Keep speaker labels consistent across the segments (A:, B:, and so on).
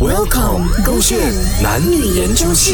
A: Welcome，勾线男女研究室。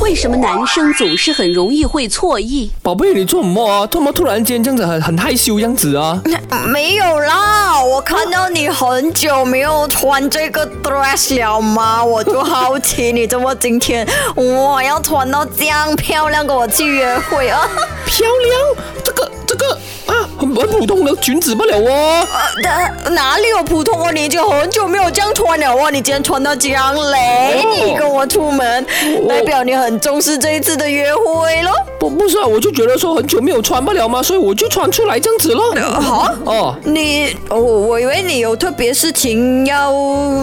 B: 为什么男生总是很容易会错意？
C: 宝贝，你做什么啊？干嘛突然间这样子很很害羞样子啊？
D: 没有啦，我看到你很久没有穿这个 dress 了吗？我就好奇你怎么今天哇要穿到这样漂亮跟我去约会啊？
C: 漂亮，这个这个啊，很很普通的裙子罢了哦。
D: 呃，哪里有普通哦？你已经很久没有这样穿了哇！你今天穿到这样嘞，
C: 哦
D: 你跟我出门，代表你很重视这一次的约会咯。
C: 不不是啊，我就觉得说很久没有穿不了嘛，所以我就穿出来这样子咯。
D: 好
C: 哦，
D: 啊你哦，我以为你有特别事情要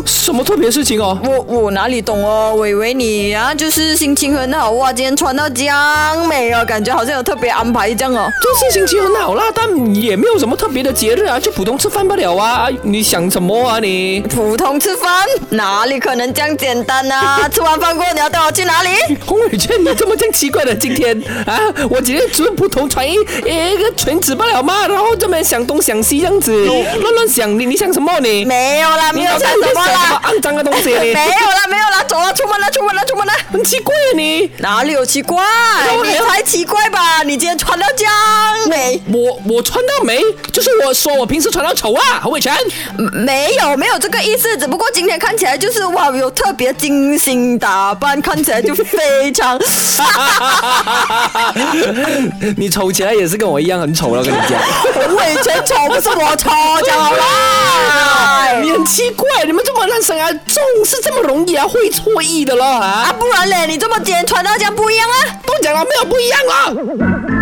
C: 什么特别事情哦？
D: 我我哪里懂哦？我以为你啊，就是心情很好哇，今天穿到这样美哦，感觉好像有特别安排这样哦。
C: 这是心情很好啦，但也没有什么特别的节日啊，就普通吃饭不了啊。你想什么啊你？
D: 普通吃饭哪里可能这样简单啊？ 吃完饭过后你要带我去哪里？
C: 红伟劝你这么这样奇怪的今天啊，我今天只是普通穿一一个裙子罢了嘛，然后这边想东想西这样子，乱乱想你你想什么你？
D: 没有啦，没
C: 你
D: 有
C: 脑
D: 穿
C: 袋里
D: 什
C: 面
D: 么
C: 想什么
D: 啦，
C: 肮脏的东西
D: 没
C: 你？
D: 有啦，没有啦，走了，啊出门了，出门了，出门了。
C: 很奇怪啊你。
D: 哪里有奇怪？
C: 我
D: 你才奇怪吧？你今天穿到这样美，
C: 我我穿到没，就是我说我平时穿到丑啊，洪伟全。
D: 没有没有这个意思，只不过今天看起来就是哇，有特别精心打扮，看起来就非常。
C: 你丑起来也是跟我一样很丑了，我跟你讲。
D: 我以前丑不是我丑，讲 好啦。
C: 你很奇怪，你们这么烂生啊，总是这么容易啊，会错意的咯
D: 啊，
C: 啊。
D: 不然嘞，你这么今天穿到这样不一样啊？
C: 都讲了没有不一样了。